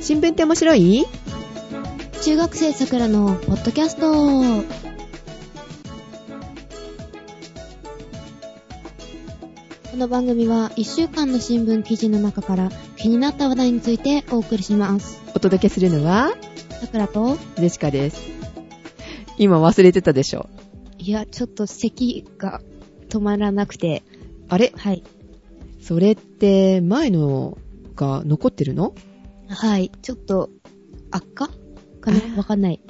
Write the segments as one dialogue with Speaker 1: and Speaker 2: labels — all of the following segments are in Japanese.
Speaker 1: 新聞って面白い
Speaker 2: 中学生さくらのポッドキャストこの番組は1週間の新聞記事の中から気になった話題についてお送りします
Speaker 1: お届けするのは、
Speaker 2: さくらと
Speaker 1: ジェシカです。今忘れてたでしょ。
Speaker 2: いやちょっと咳が止まらなくて
Speaker 1: あれ
Speaker 2: はい
Speaker 1: それって、前のが残ってるの
Speaker 2: はいちょっと悪化かな
Speaker 1: あ
Speaker 2: わかんない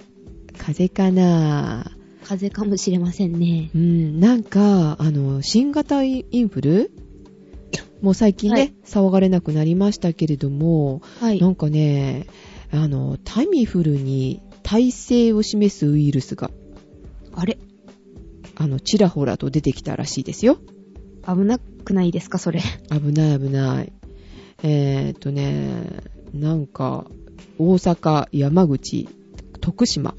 Speaker 1: 風邪かな
Speaker 2: 風邪かもしれませんね
Speaker 1: うん、なんか、あの、新型インフルもう最近ね、
Speaker 2: はい
Speaker 1: 騒がれなくなりましたけれども、
Speaker 2: はい
Speaker 1: なんかね、あの、タミフルに耐性を示すウイルスが、
Speaker 2: あれ
Speaker 1: あの、ちらほらと出てきたらしいですよ。
Speaker 2: 危なくないですかそれ
Speaker 1: 危ない危ない。えー、っとね、なんか、大阪、山口、徳島。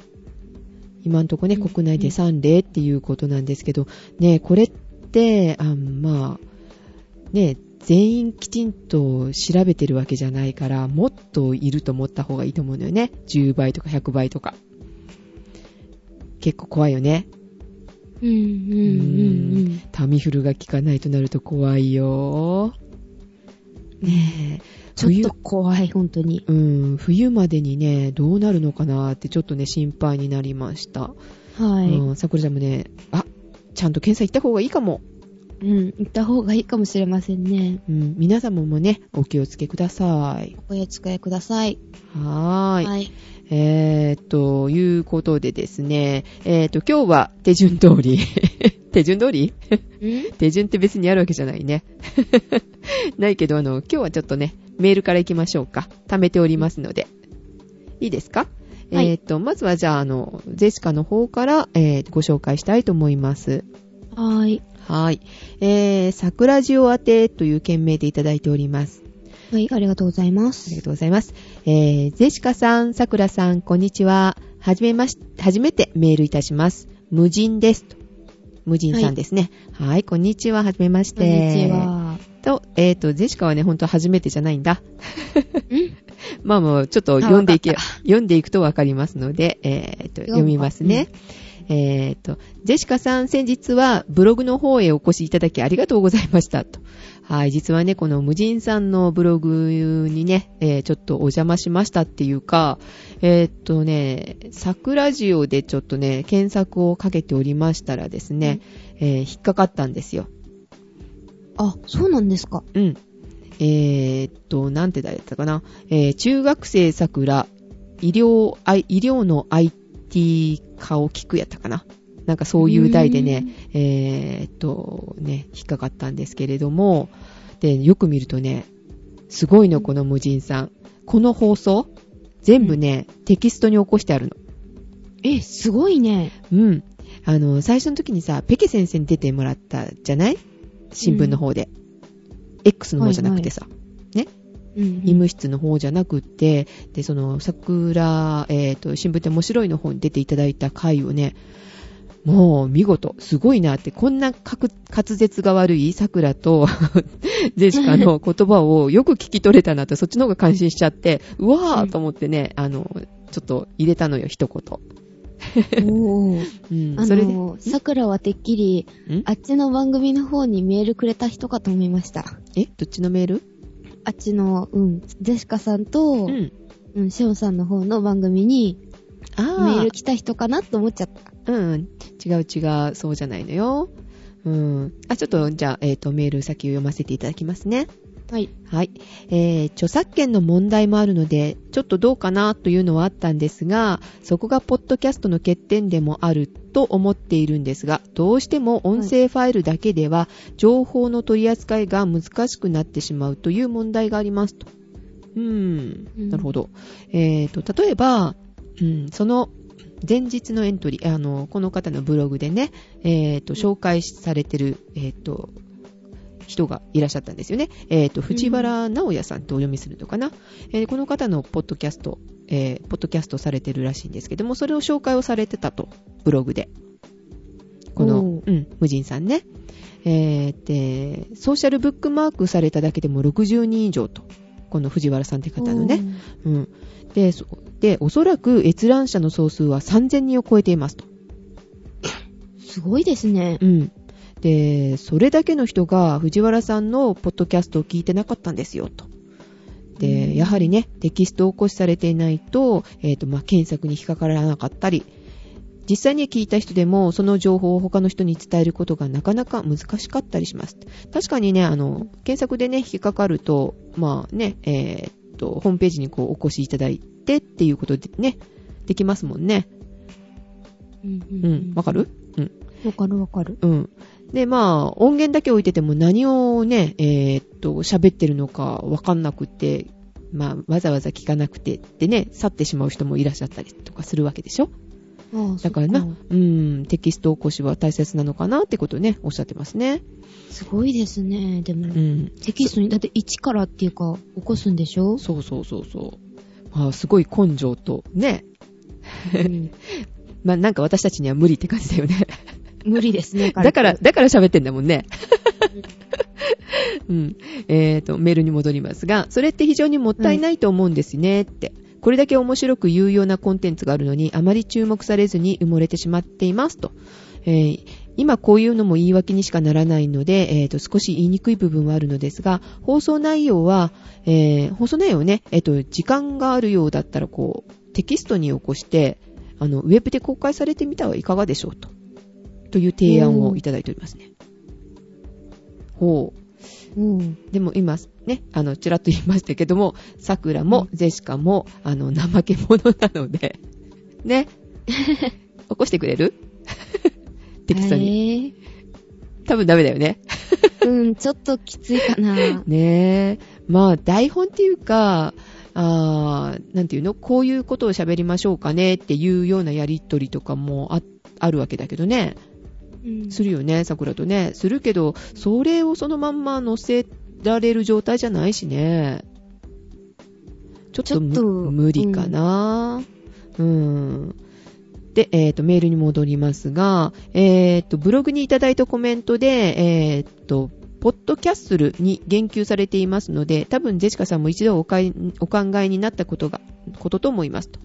Speaker 1: 今んとこね、
Speaker 2: うん
Speaker 1: 国内で3例っていうことなんですけど、ね、これって、あまあ、ね、全員きちんと調べてるわけじゃないから、もっといると思った方がいいと思うのよね。10倍とか100倍とか。結構怖いよね。
Speaker 2: うんうんうんうん
Speaker 1: タミフルが効かないとなると怖いよ。ねえ。
Speaker 2: ちょっと怖い、本当に。
Speaker 1: 冬、うん、冬までにね、どうなるのかなってちょっとね、心配になりました。
Speaker 2: は
Speaker 1: うん、さくらちゃんもね、あ、ちゃんと検査行った方がいいかも。
Speaker 2: い。うん、行った方がいいかもしれませんね。
Speaker 1: うん、皆様もね、お気をつけください。
Speaker 2: お使いください。
Speaker 1: はーい。
Speaker 2: はい。
Speaker 1: えー、ということでですね、えー、と、今日は手順通り。 手順通り
Speaker 2: うん
Speaker 1: 手順って別にあるわけじゃないね。 ないけど、あの、今日はちょっとね、メールから行きましょうか。貯めておりますので。いいですか、
Speaker 2: はい
Speaker 1: えっ、と、まずはじゃあ、あの、ゼシカの方から、えーご紹介したいと思います。
Speaker 2: はーい。
Speaker 1: はい。えー、桜塩宛てという件名でいただいております。
Speaker 2: はい、ありがとうございま
Speaker 1: ありが
Speaker 2: す。
Speaker 1: とうございます。えー、ゼシカさん、さくらさん、こんにちは。はじめまし、初めてメールいたします。無人です。と無人さんですね。はい、こんにちは。はじめまし
Speaker 2: こ
Speaker 1: て。
Speaker 2: んにちは。
Speaker 1: と、えっ、と、ジェシカはね、ほんと初めてじゃないんだ。
Speaker 2: うん
Speaker 1: まあもう、ちょっと読んでいけ
Speaker 2: あわ、
Speaker 1: 読んでいくとわかりますので、えっ、と、
Speaker 2: 読む
Speaker 1: 読みますね。えっ、と、ジェシカさん、先日はブログの方へお越しいただきありがとうございました。と。はい、実はね、この無人さんのブログにね、えーちょっとお邪魔しましたっていうか、えっ、とね、桜塩でちょっとね、検索をかけておりましたらですね、えー引っかかったんですよ。
Speaker 2: あ、そうなんですか。
Speaker 1: うん。えーっと、なんてだったかな。えー中学生桜、医療、あい医療の IT 化を聞くやったかな。なんかそういう題でね、えーっと、ね、引っかかったんですけれども、で、よく見るとね、すごいの、この無人さん。この放送、全部ね、テキストに起こしてあるの。
Speaker 2: え、すごいね。
Speaker 1: うん。あの、最初の時にさ、ペケ先生に出てもらったじゃない新聞の方で。X の方じゃなくてさ。
Speaker 2: うん
Speaker 1: 医務室の方じゃなくって、で、その、桜、えっ、と、新聞って面白いの方に出ていただいた回をね、もう見事、すごいなって、こんな滑滑舌が悪い桜と、 ジェシカの言葉をよく聞き取れたなって、そっちの方が感心しちゃって、うわーと思ってね、あの、ちょっと入れたのよ、一
Speaker 2: おー。
Speaker 1: 言。う
Speaker 2: あ
Speaker 1: ん、それで、ん
Speaker 2: の、さくらはてっきり、あっちの番組の方にメールくれた人かと思いました。
Speaker 1: え、どっちのメール
Speaker 2: あっちの、うん、ジェシカさんと
Speaker 1: う、ん。
Speaker 2: うん、シオンさんの方の番組に
Speaker 1: あー
Speaker 2: メール来た人かなと思っちゃった。
Speaker 1: うん、違う違う、そうじゃないのよ。うん。あ、ちょっと、じゃあ、えっ、と、メール先を読ませていただきますね。
Speaker 2: はい。
Speaker 1: はい。えー、著作権の問題もあるので、ちょっとどうかなというのはあったんですが、そこがポッドキャストの欠点でもあると思っているんですが、どうしても音声ファイルだけでは、情報の取り扱いが難しくなってしまうという問題がありますと。うー、
Speaker 2: うんん
Speaker 1: なるほど。えっ、と、例えば、うん、その、前日のエントリー、あの、この方のブログでね、えっ、と、紹介されてる、えっ、と、人がいらっしゃったんですよね。えっ、と、藤原直也さんとお読みするのかな。えーこの方のポッドキャスト、えーポッドキャストされてるらしいんですけども、それを紹介をされてたと、ブログで。この
Speaker 2: お、ー
Speaker 1: うん、無人さんね。えーで、ソーシャルブックマークされただけでも60人以上と。この藤原さんって方のね。
Speaker 2: うん
Speaker 1: うん。で、そで、おそらく閲覧者の総数は3000人を超えていますと。
Speaker 2: すごいですね。
Speaker 1: うん。で、それだけの人が藤原さんのポッドキャストを聞いてなかったんですよ、と。
Speaker 2: うん
Speaker 1: で、やはりね、テキストを起こしされていないと、えっ、と、まあ、検索に引っかからなかったり、実際に聞いた人でも、その情報を他の人に伝えることがなかなか難しかったりします。確かにね、あの、検索でね、引っかかると、まあね、えっと、ホームページにこう、お越しいただいてっていうことでね、できますもんね。
Speaker 2: うんう
Speaker 1: うん、わかるうん。
Speaker 2: わかるわかる。
Speaker 1: うん。で、まあ、音源だけ置いてても何をね、えーっと、喋ってるのかわかんなくて、まあ、わざわざ聞かなくてってね、去ってしまう人もいらっしゃったりとかするわけでしょ
Speaker 2: ああ
Speaker 1: だからな、
Speaker 2: そっ
Speaker 1: うん、テキスト起こしは大切なのかなってことをね、おっしゃってますね。
Speaker 2: すごいですね。でも、
Speaker 1: うん。
Speaker 2: テキストに、だって一からっていうか、起こすんでし ょ
Speaker 1: そうそうそうそう。まあ、すごい根性と、ね。
Speaker 2: うん
Speaker 1: まあ、なんか私たちには無理って感じだよね。
Speaker 2: 無理です
Speaker 1: だ
Speaker 2: ね、
Speaker 1: から、
Speaker 2: 彼
Speaker 1: だから喋ってんだもんね。 うん。えっ、と、メールに戻りますが、それって非常にもったいないと思うんですねって。これだけ面白く有用なコンテンツがあるのに、あまり注目されずに埋もれてしまっていますと。えー今こういうのも言い訳にしかならないので、えっ、と、少し言いにくい部分はあるのですが、放送内容は、えー放送内容をね、えっ、と、時間があるようだったら、こう、テキストに起こして、あの、ウェブで公開されてみたはいかがでしょうと。という提案をいただいておりますね。ほう。
Speaker 2: うん。
Speaker 1: でも今、ね、あの、ちらっと言いましたけども、桜もゼシカも、あの、怠け者なので、ね。起こしてくれる適当に。
Speaker 2: に。
Speaker 1: 多分ダメだよね。
Speaker 2: うん、ちょっときついかな。
Speaker 1: ねえ。まあ、台本っていうか、あーなんていうのこういうことを喋りましょうかねっていうようなやりとりとかもあ、あるわけだけどね。
Speaker 2: うん
Speaker 1: するよね、桜とね。するけど、それをそのまんま乗せられる状態じゃないしね。ちょっとむ
Speaker 2: ちょっと
Speaker 1: 無理かな。うん。で、えっ、と、メールに戻りますが、えっ、と、ブログにいただいたコメントで、えっ、と、ポッドキャッスルに言及されていますので、多分ジェシカさんも一度おかいお考えになったことが、ことと思いますと。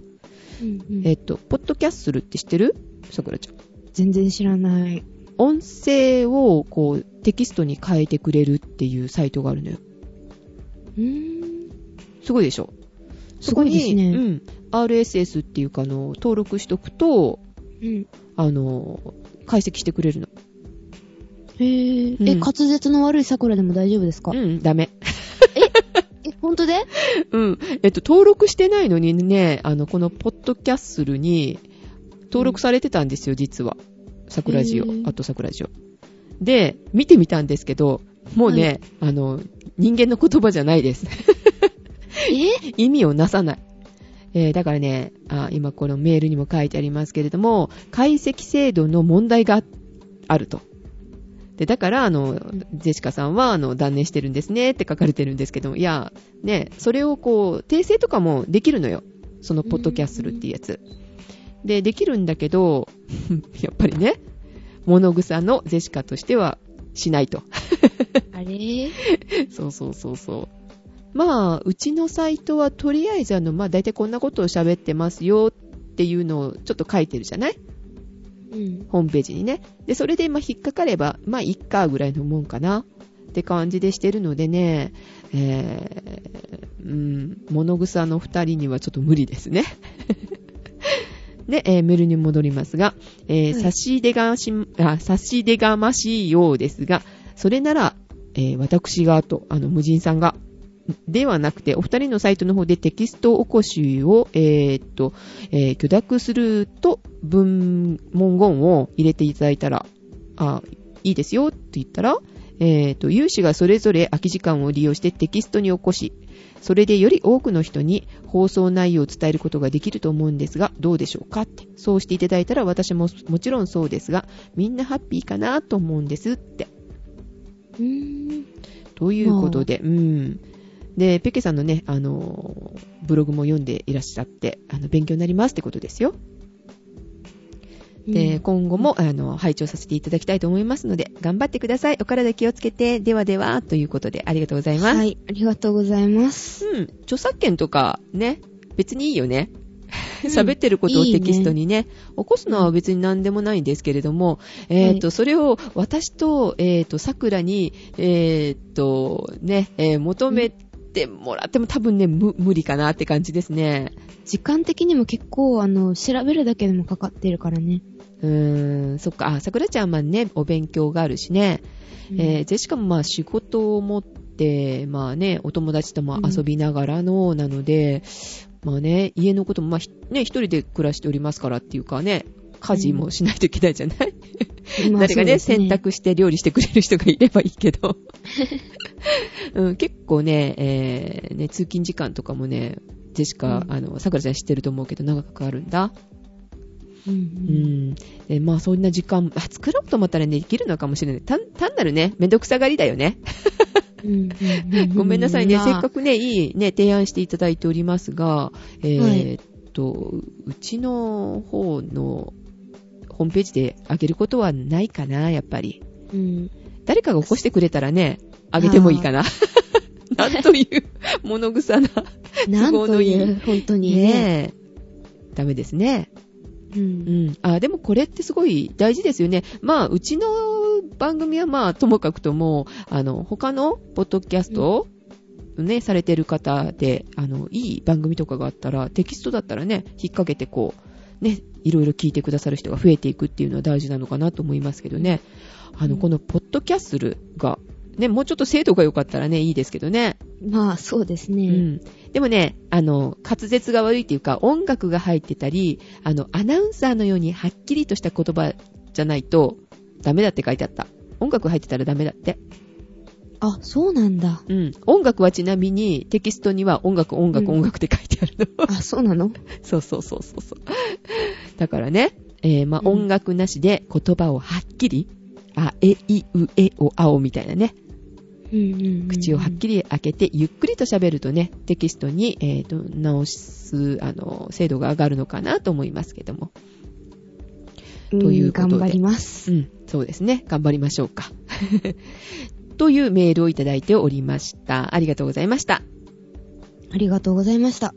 Speaker 2: うんうん
Speaker 1: えっ、と、ポッドキャッスルって知ってる桜ちゃん。
Speaker 2: 全然知らない。
Speaker 1: 音声をこうテキストに変えてくれるっていうサイトがあるのよ。
Speaker 2: うん。
Speaker 1: すごいでしょ
Speaker 2: すごいですね
Speaker 1: そこにうん。RSS っていうか、あの、登録しとくと、
Speaker 2: うん。
Speaker 1: あの、解析してくれるの。
Speaker 2: へぇ、
Speaker 1: うん
Speaker 2: え、滑舌の悪い桜でも大丈夫ですか、
Speaker 1: うん、ダメ。
Speaker 2: え、ほんとで
Speaker 1: うん。 えっと、登録してないのにね、あの、このポッドキャッスルに登録されてたんですよ、実は。桜ジオ
Speaker 2: へー、
Speaker 1: あと桜ジオ。で、見てみたんですけど、もうね、あの、人間の言葉じゃないです。
Speaker 2: え
Speaker 1: 意味をなさない。えーだからねあ、今このメールにも書いてありますけれども、解析制度の問題があると。で、だから、あの
Speaker 2: ん、
Speaker 1: ジェシカさんは、あの、断念してるんですねって書かれてるんですけど、いや、ね、それをこう、訂正とかもできるのよ。その、ポッドキャッスルっていうやつ。で、できるんだけど、 やっぱりね、物草のジェシカとしてはしないと。
Speaker 2: あれ
Speaker 1: そうそうそうそう。まあ、うちのサイトはとりあえずあの、まあ大体こんなことを喋ってますよっていうのをちょっと書いてるじゃない
Speaker 2: うん。
Speaker 1: ホームページにね。で、それでまあ引っかかれば、まあいっかぐらいのもんかなって感じでしてるのでね、えー、うん、物草の二人にはちょっと無理ですね。 で、えーメールに戻りますが、えー
Speaker 2: はい
Speaker 1: 差し出がし、あ、差し出がましいようですが、それなら、えー私がと、あの、無人さんが、ではなくて、お二人のサイトの方でテキスト起こしを、えーっと、えー許諾すると文、文言を入れていただいたら、あ、いいですよって言ったら、えーっと、有志がそれぞれ空き時間を利用してテキストに起こし、それでより多くの人に放送内容を伝えることができると思うんですが、どうでしょうかって。そうしていただいたら私ももちろんそうですが、みんなハッピーかなと思うんですって。
Speaker 2: うーん。
Speaker 1: ということで、うん。で、ペケさんのね、あのー、ブログも読んでいらっしゃって、あの、勉強になりますってことですよ。で、
Speaker 2: うん
Speaker 1: 今後も、あの、拝聴させていただきたいと思いますので、頑張ってください。お体気をつけて、ではでは、ということで、ありがとうございます。
Speaker 2: はい、ありがとうございます。
Speaker 1: うん、著作権とか、ね、別にいいよね。
Speaker 2: うん
Speaker 1: 喋ってることを
Speaker 2: いいね
Speaker 1: テキストにね起こすのは別に何でもないんですけれども、えっ、と、それを私と、えっ、と、桜に、えっ、と、ね、えー求めてもらっても多分ね、無無理かなって感じですね。
Speaker 2: 時間的にも結構、あの、調べるだけでもかかってるからね。
Speaker 1: うーん、そっか、あ、桜ちゃんはね、お勉強があるしね、えージェシカもまあ仕事を持って、まあね、お友達とも遊びながらの、なので、まあね、家のことも、まあひね、一人で暮らしておりますからっていうかね、家事もしないといけないじゃない、
Speaker 2: まあ
Speaker 1: 誰かね
Speaker 2: そうで
Speaker 1: 洗
Speaker 2: す
Speaker 1: 濯して料理してくれる人がいればいいけど、 うん、結構ね,、えーね、通勤時間とかもね、ジェシカ、
Speaker 2: うん
Speaker 1: あの、桜ちゃん知ってると思うけど、長くかかるんだ。
Speaker 2: うん
Speaker 1: うん。で、まあそんな時間、あ、作ろうと思ったらね、できるのかもしれない。単単なるね、めんどくさがりだよね。
Speaker 2: うんうんう
Speaker 1: ごめんなさいね、
Speaker 2: まあ
Speaker 1: せっかくね、いいね、提案していただいておりますが、えー
Speaker 2: はい
Speaker 1: っと、うちの方のホームページで上げることはないかな、やっぱり。
Speaker 2: うん
Speaker 1: 誰かが起こしてくれたらね、上げてもいいかな。 なんという、物臭な。
Speaker 2: なん
Speaker 1: 都合の
Speaker 2: と
Speaker 1: いい
Speaker 2: いう、本当にね。
Speaker 1: ねえ。ダメですね。
Speaker 2: う
Speaker 1: うんん、あでもこれってすごい大事ですよね、まあ、うちの番組はまあともかくともあの他のポッドキャストを、ねされてる方であのいい番組とかがあったらテキストだったらね引っ掛けてこう、ね、いろいろ聞いてくださる人が増えていくっていうのは大事なのかなと思いますけどねあの
Speaker 2: うん
Speaker 1: このポッドキャスルが、ね、もうちょっと精度が良かったらねいいですけどね。
Speaker 2: まあ、そうです
Speaker 1: う
Speaker 2: ね。
Speaker 1: ん、でもね、あの、滑舌が悪いっていうか、音楽が入ってたり、あの、アナウンサーのようにはっきりとした言葉じゃないと、ダメだって書いてあった。音楽入ってたらダメだって。
Speaker 2: あ、そうなんだ。
Speaker 1: うん。音楽はちなみに、テキストには音楽、音楽、
Speaker 2: うん
Speaker 1: 音楽って書いてあるの。
Speaker 2: あ、そうなの
Speaker 1: そうそうそうそうそう。だからね、えーまあ、
Speaker 2: うん
Speaker 1: 音楽なしで言葉をはっきり、あ、え、い、う、え、お、あおみたいなね、口
Speaker 2: 口
Speaker 1: をはっきり開けて、ゆっくりと喋るとね、テキストに、えーと直す、あの、精度が上がるのかなと思いますけども。
Speaker 2: り
Speaker 1: ということで
Speaker 2: 頑張りま
Speaker 1: う
Speaker 2: す。
Speaker 1: ん、そうですね。頑張りましょうか。 というメールをいただいておりました。ありがとうございました。
Speaker 2: ありがとうございました。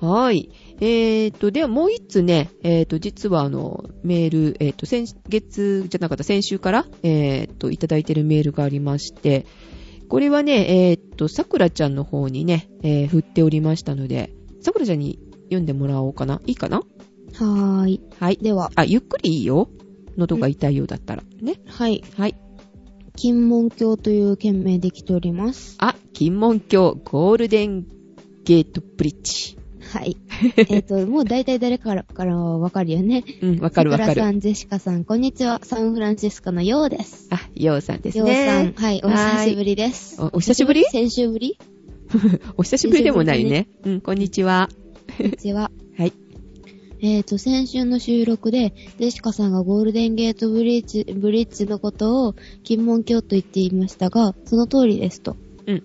Speaker 1: はい。えーと、ではもう一つね、えーと、実はあの、メール、えーと、先月じゃなかった、先週から、えーと、いただいてるメールがありまして、これはね、えーと、さくらちゃんの方にね、えー振っておりましたので、さくらちゃんに読んでもらおうかな。いいかな
Speaker 2: はーい。
Speaker 1: はい。
Speaker 2: では、
Speaker 1: あ、ゆっくりいいよ。喉が痛いようだったら。ね。
Speaker 2: はい。
Speaker 1: はい。
Speaker 2: 金門教という件名で来ております。
Speaker 1: あ、金門橋ゴールデンゲートブリッジ。
Speaker 2: はい。えっと、もう大体誰からからはわかるよね。
Speaker 1: うん、わかるわか
Speaker 2: 桜さ
Speaker 1: る。
Speaker 2: ん、ジェシカさん、こんにちは。サンフランシスコのようです。
Speaker 1: あ、ようさんです
Speaker 2: ようさん、
Speaker 1: ね。
Speaker 2: はい、お久しぶりです。
Speaker 1: おお久しぶり
Speaker 2: 先週ぶり
Speaker 1: お久しぶりでもないね。うん、こんにちは。
Speaker 2: こんにちは。
Speaker 1: はい。
Speaker 2: えっ、と、先週の収録で、デシカさんがゴールデンゲートブリッジ、ブリッジのことを、金門橋と言っていましたが、その通りですと。
Speaker 1: うん
Speaker 2: さ。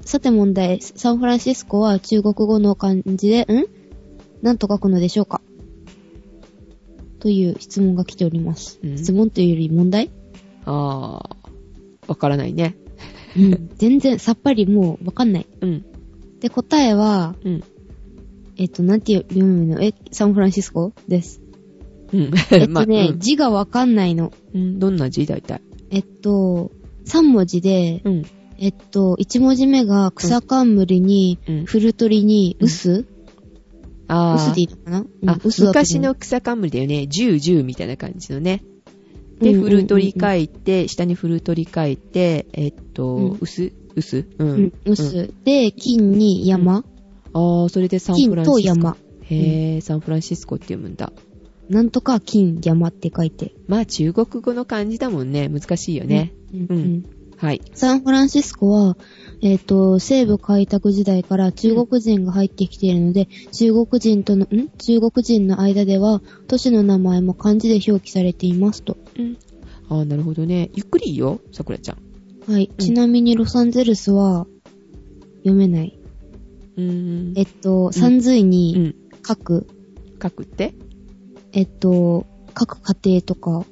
Speaker 2: さて問題、サンフランシスコは中国語の漢字で、んなんと書くのでしょうかという質問が来ております。
Speaker 1: うん
Speaker 2: 質問というより問題
Speaker 1: ああ、わからないね。
Speaker 2: うん。全然さっぱりもうわかんない。
Speaker 1: うん、
Speaker 2: で、答えは、
Speaker 1: うん、
Speaker 2: えっ、と、なんて読むのえ、サンフランシスコです。
Speaker 1: うん。
Speaker 2: えっ
Speaker 1: まあ
Speaker 2: とね、
Speaker 1: うん
Speaker 2: 字がわかんないの。
Speaker 1: うん、どんな字大体。
Speaker 2: えっと、3文字で、
Speaker 1: うん、
Speaker 2: えっと、1文字目が草冠に、
Speaker 1: うん。
Speaker 2: 古鳥に、薄
Speaker 1: あ
Speaker 2: 薄でいいのかなうん
Speaker 1: あ、あ、
Speaker 2: 薄だと思う
Speaker 1: 昔の草冠だよね。十十みたいな感じのね。
Speaker 2: う
Speaker 1: で、
Speaker 2: んうんうん
Speaker 1: 古鳥書いて、下に古鳥書いて、えっ
Speaker 2: う
Speaker 1: と
Speaker 2: ん、
Speaker 1: 薄薄う
Speaker 2: うんん。、薄。で、金に山、
Speaker 1: ああ、それでサンフ
Speaker 2: 金
Speaker 1: ラン
Speaker 2: と
Speaker 1: シスコ。
Speaker 2: 山。
Speaker 1: へえ、サンフランシスコって読むんだ。
Speaker 2: なんとか金、山って書いて。
Speaker 1: まあ、中国語の漢字だもんね。難しいよね。
Speaker 2: うん。
Speaker 1: う
Speaker 2: うんん
Speaker 1: はい。
Speaker 2: サンフランシスコは、えっ、と、西部開拓時代から中国人が入ってきているので、中国人との、ん中国人の間では、都市の名前も漢字で表記されていますと。
Speaker 1: うん。ああ、なるほどね。ゆっくりいいよ、さくらちゃん。
Speaker 2: はい。
Speaker 1: ん
Speaker 2: ちなみにロサンゼルスは、読めない。
Speaker 1: うーん。
Speaker 2: えっと、三髄
Speaker 1: う
Speaker 2: に
Speaker 1: ん。
Speaker 2: 書く、
Speaker 1: 書くって
Speaker 2: えっと、各家庭とか、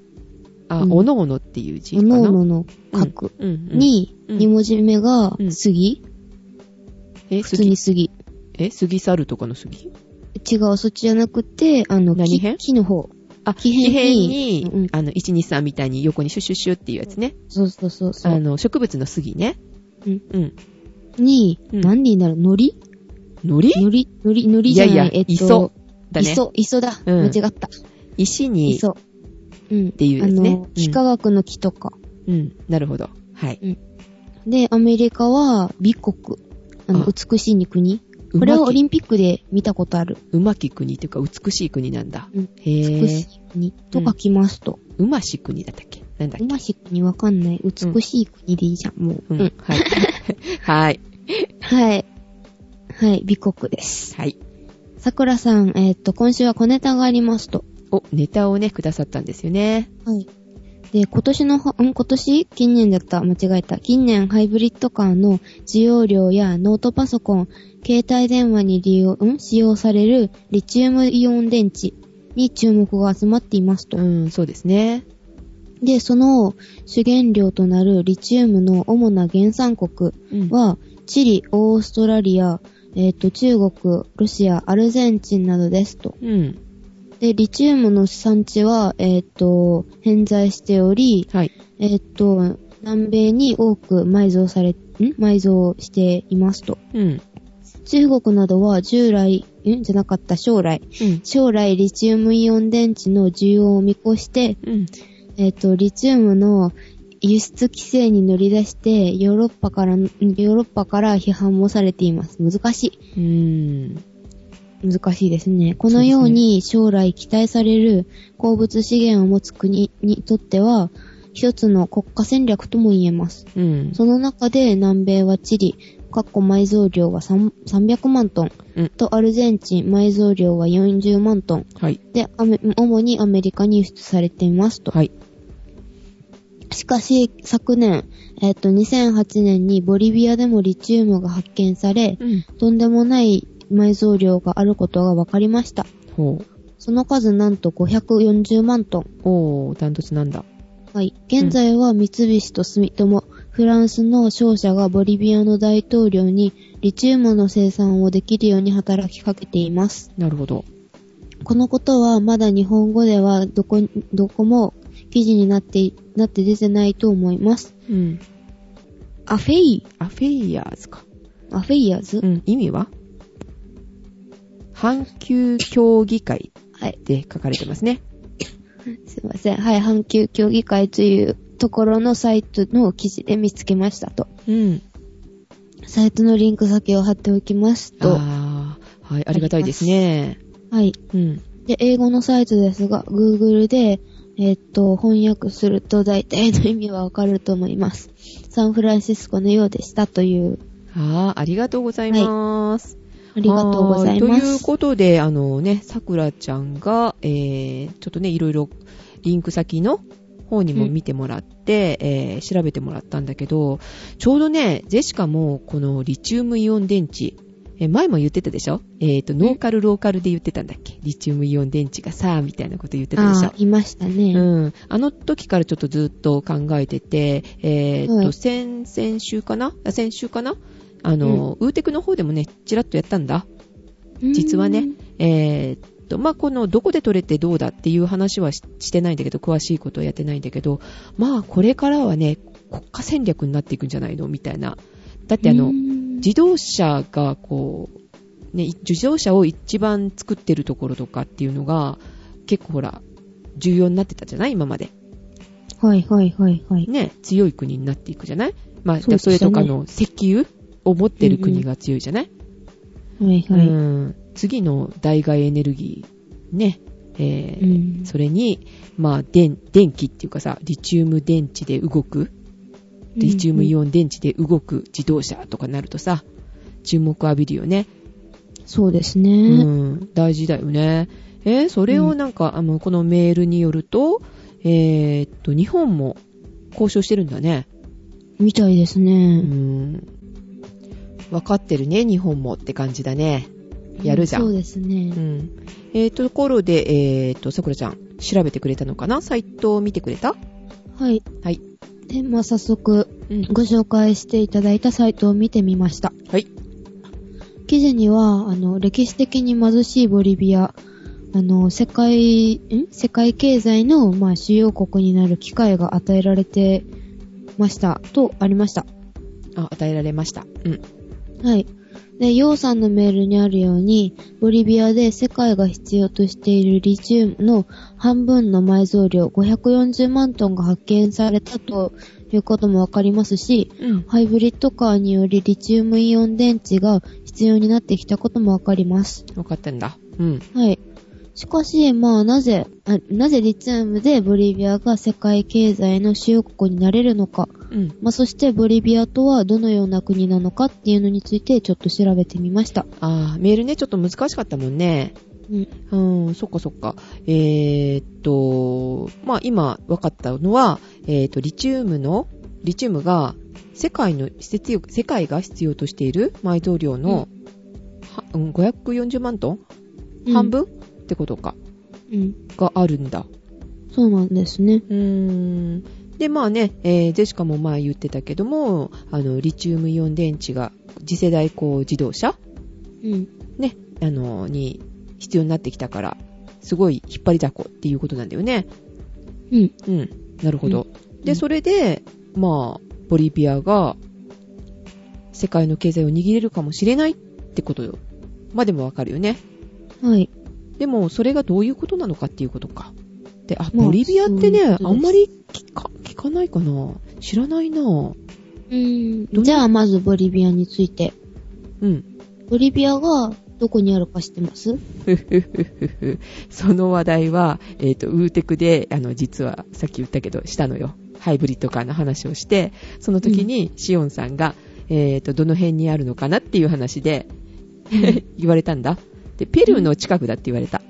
Speaker 1: あ、
Speaker 2: うん
Speaker 1: おのおのっていう字
Speaker 2: お
Speaker 1: かな。
Speaker 2: のおのの各
Speaker 1: うんうんうん、
Speaker 2: に、
Speaker 1: うん
Speaker 2: 2文字目が
Speaker 1: うん
Speaker 2: 杉、
Speaker 1: え、
Speaker 2: 普通に
Speaker 1: 杉、
Speaker 2: 杉。
Speaker 1: え、杉去るとかの杉
Speaker 2: 違う、そっちじゃなくて、あの、
Speaker 1: 何
Speaker 2: 木
Speaker 1: 編
Speaker 2: 木の方。
Speaker 1: あ、
Speaker 2: 木
Speaker 1: 木
Speaker 2: 片
Speaker 1: 片
Speaker 2: に
Speaker 1: に、
Speaker 2: うん
Speaker 1: あの、1、2、3みたいに横にシュッシュッシュッっていうやつね。
Speaker 2: そうそうそうそ
Speaker 1: あ
Speaker 2: う。
Speaker 1: の、植物の杉ね。
Speaker 2: うん。
Speaker 1: うん。
Speaker 2: に、
Speaker 1: うん
Speaker 2: 何になる海苔
Speaker 1: 海苔
Speaker 2: 海苔海苔、海苔じゃない。
Speaker 1: いやいや
Speaker 2: えっと、
Speaker 1: 磯だね。
Speaker 2: 磯、磯だ。
Speaker 1: うん
Speaker 2: 間違った。
Speaker 1: 石に、
Speaker 2: 磯。うん。って
Speaker 1: いうやつね
Speaker 2: あの
Speaker 1: うん、
Speaker 2: 幾何学の木とか。
Speaker 1: うん、なるほど。はい。
Speaker 2: で、アメリカは美国。あの、
Speaker 1: あ
Speaker 2: 美しいに国。これはオリンピックで見たことある。
Speaker 1: うまき国というか、美しい国なんだ。
Speaker 2: うん
Speaker 1: へ
Speaker 2: 美し
Speaker 1: ぇ
Speaker 2: い国と書きますと。
Speaker 1: うまし国だったっけなんだっ
Speaker 2: う
Speaker 1: け
Speaker 2: まし国わかんない。美しい国でいいじゃん、もう。
Speaker 1: う
Speaker 2: うん
Speaker 1: ん。はい。 はい。
Speaker 2: はい。はい、美国です。
Speaker 1: はい。
Speaker 2: 桜さん、えっ、と、今週は小ネタがありますと。
Speaker 1: お、ネタをね、くださったんですよね。
Speaker 2: はい。で、今年のは、ん今年近年だった。間違えた。近年ハイブリッドカーの需要量やノートパソコン、携帯電話に利用、ん使用されるリチウムイオン電池に注目が集まっていますと
Speaker 1: う。ん、そうですね。
Speaker 2: で、その主原料となるリチウムの主な原産国
Speaker 1: うん
Speaker 2: は、チリ、オーストラリア、えっ、と、中国、ロシア、アルゼンチンなどですと。
Speaker 1: うん。
Speaker 2: で、リチウムの産地は、えっ、と、偏在しており、
Speaker 1: はい。
Speaker 2: えっ、と、南米に多く埋蔵され、ん埋蔵していますと。
Speaker 1: うん。
Speaker 2: 中国などは従来、んじゃなかった将来、
Speaker 1: うん。
Speaker 2: 将来リチウムイオン電池の需要を見越して、
Speaker 1: うん。
Speaker 2: えっ、と、リチウムの輸出規制に乗り出して、ヨーロッパから、んヨーロッパから批判もされています。難しい。
Speaker 1: うん。
Speaker 2: 難しいですね。このように将来期待される鉱物資源を持つ国にとっては、一つの国家戦略とも言えます。
Speaker 1: うん。
Speaker 2: その中で南米はチリ、かっこ埋蔵量は3 300万トン、
Speaker 1: うん
Speaker 2: とアルゼンチン埋蔵量は40万トン、
Speaker 1: はい。
Speaker 2: で、アメ主にアメリカに輸出されていますと。
Speaker 1: はい。
Speaker 2: しかし、昨年、えっと、2008年にボリビアでもリチウムが発見され、
Speaker 1: うん。
Speaker 2: とんでもない埋蔵量があることが分かりました。
Speaker 1: ほう。
Speaker 2: その数なんと540万トン。
Speaker 1: おー、ダントツなんだ。
Speaker 2: はい。現在は三菱と住友、フランスの商社がボリビアの大統領にリチウムの生産をできるように働きかけています。
Speaker 1: なるほど。
Speaker 2: このことはまだ日本語ではどこに、どこも記事になってい、なって出てないと思います。
Speaker 1: うん。
Speaker 2: アフェイ、
Speaker 1: アフェイヤーズか。
Speaker 2: アフェイヤーズ、
Speaker 1: うん。意味は阪急協議会
Speaker 2: はい。
Speaker 1: って書かれてますね。
Speaker 2: すいません。はい。阪急協議会というところのサイトの記事で見つけましたと。
Speaker 1: うん。
Speaker 2: サイトのリンク先を貼っておきますと。
Speaker 1: あー、はい。ありがたいですね。
Speaker 2: はい。
Speaker 1: うん。
Speaker 2: で、英語のサイトですが、Google で、えーっと、翻訳すると大体の意味はわかると思います。サンフランシスコのようでしたという、
Speaker 1: あー、ありがとうございます。
Speaker 2: ありがとうござい
Speaker 1: は
Speaker 2: ま
Speaker 1: ーという
Speaker 2: す。
Speaker 1: ことで、あのね、さくらちゃんが、えー、ちょっとね、いろいろリンク先の方にも見てもらって、えー、調べてもらったんだけど、ちょうどね、ジェシカもこのリチウムイオン電池、えー前も言ってたでしょえっ、と、ノーカルローカルで言ってたんだっけリチウムイオン電池がさ、みたいなこと言ってたでしょ
Speaker 2: あー、いましたね。
Speaker 1: うん、あの時からちょっとずっと考えてて、えーっと、
Speaker 2: はい
Speaker 1: 先々週かなあ先週かなあの、ウーテクの方でもね、ちらっとやったんだ。実はねえーっと、まあ、このどこで取れてどうだっていう話はししてないんだけど、詳しいことはやってないんだけど、まあ、これからはね、国家戦略になっていくんじゃないのみたいな。だってあの、
Speaker 2: うん、
Speaker 1: 自動車がこう、ね、自動車を一番作ってるところとかっていうのが、結構ほら、重要になってたじゃない今まで。
Speaker 2: はいはいはいはい。
Speaker 1: ね、強い国になっていくじゃないまあ、
Speaker 2: そうで
Speaker 1: そ
Speaker 2: すね
Speaker 1: れとかの石油を持ってる国が強いじゃない、
Speaker 2: はい
Speaker 1: うん
Speaker 2: はい。
Speaker 1: 次の代替エネルギー、ね、えー
Speaker 2: うん
Speaker 1: それに、まあ、電、電気っていうかさ、リチウム電池で動く、リチウムイ
Speaker 2: ン。
Speaker 1: オン電池で動く自動車とかなるとさ、注目浴びるよね。
Speaker 2: そうです
Speaker 1: う
Speaker 2: ね。
Speaker 1: ん、大事だよね。えーそれをなんか、あの、このメールによると、えーっと、日本も交渉してるんだね。
Speaker 2: みたいです
Speaker 1: うー
Speaker 2: ね。
Speaker 1: ん。わかってるね、日本もって感じだね。やるじゃん。
Speaker 2: そう
Speaker 1: う
Speaker 2: ですね。
Speaker 1: ん。えー、ところで、えー、と、さくらちゃん、調べてくれたのかなサイトを見てくれた
Speaker 2: はい。
Speaker 1: はい。
Speaker 2: で、まあ、早速、
Speaker 1: うん。
Speaker 2: ご紹介していただいたサイトを見てみました。
Speaker 1: はい。
Speaker 2: 記事には、あの、歴史的に貧しいボリビア、あの、世界、ん世界経済の、まあ、主要国になる機会が与えられてました、とありました。
Speaker 1: あ、与えられました。うん。
Speaker 2: はい。で、ヨウさんのメールにあるように、ボリビアで世界が必要としているリチウムの半分の埋蔵量540万トンが発見されたということもわかりますし、
Speaker 1: うん。
Speaker 2: ハイブリッドカーによりリチウムイオン電池が必要になってきたこともわかります。
Speaker 1: わかったんだ。うん。
Speaker 2: はい。しかし、まあ、なぜ、あなぜリチウムでボリビアが世界経済の主要国になれるのか、
Speaker 1: うん。
Speaker 2: まあ、そしてボリビアとはどのような国なのかっていうのについてちょっと調べてみました。
Speaker 1: あーメールね、ちょっと難しかったもんね。
Speaker 2: うん。
Speaker 1: うん、そっかそっか。えー、っと、まあ、今分かったのは、えーっと、リチウムの、リチウムが、世界の、必要世界が必要としている埋蔵量の、はうん、540万トン半分、ってことか。
Speaker 2: うん。
Speaker 1: があるんだ。
Speaker 2: そうなんですね。
Speaker 1: うーん。で、まあね、えージェシカも前言ってたけども、あの、リチウムイオン電池が次世代こう自動車
Speaker 2: うん。
Speaker 1: ね、あの、に必要になってきたから、すごい引っ張りだこっていうことなんだよね。
Speaker 2: うん。
Speaker 1: うん。なるほど。
Speaker 2: んう
Speaker 1: で、
Speaker 2: ん
Speaker 1: それで、まあ、ボリビアが世界の経済を握れるかもしれないってことまでもわかるよね。
Speaker 2: はい。
Speaker 1: でも、それがどういうことなのかっていうことか。で、あ、
Speaker 2: まあ
Speaker 1: ボリビアってね、
Speaker 2: そう
Speaker 1: あんまり聞か、聞かないかな知らないな
Speaker 2: うん。じゃあ、まずボリビアについて。
Speaker 1: うん。
Speaker 2: ボリビアがどこにあるか知ってます
Speaker 1: ふふふふふ。 その話題は、えっ、と、ウーテクで、あの、実は、さっき言ったけど、したのよ。ハイブリッドカーの話をして、その時に、シオンさんが、えっ、と、どの辺にあるのかなっていう話で、 言われたんだ。で、ペルーの近くだって言われた。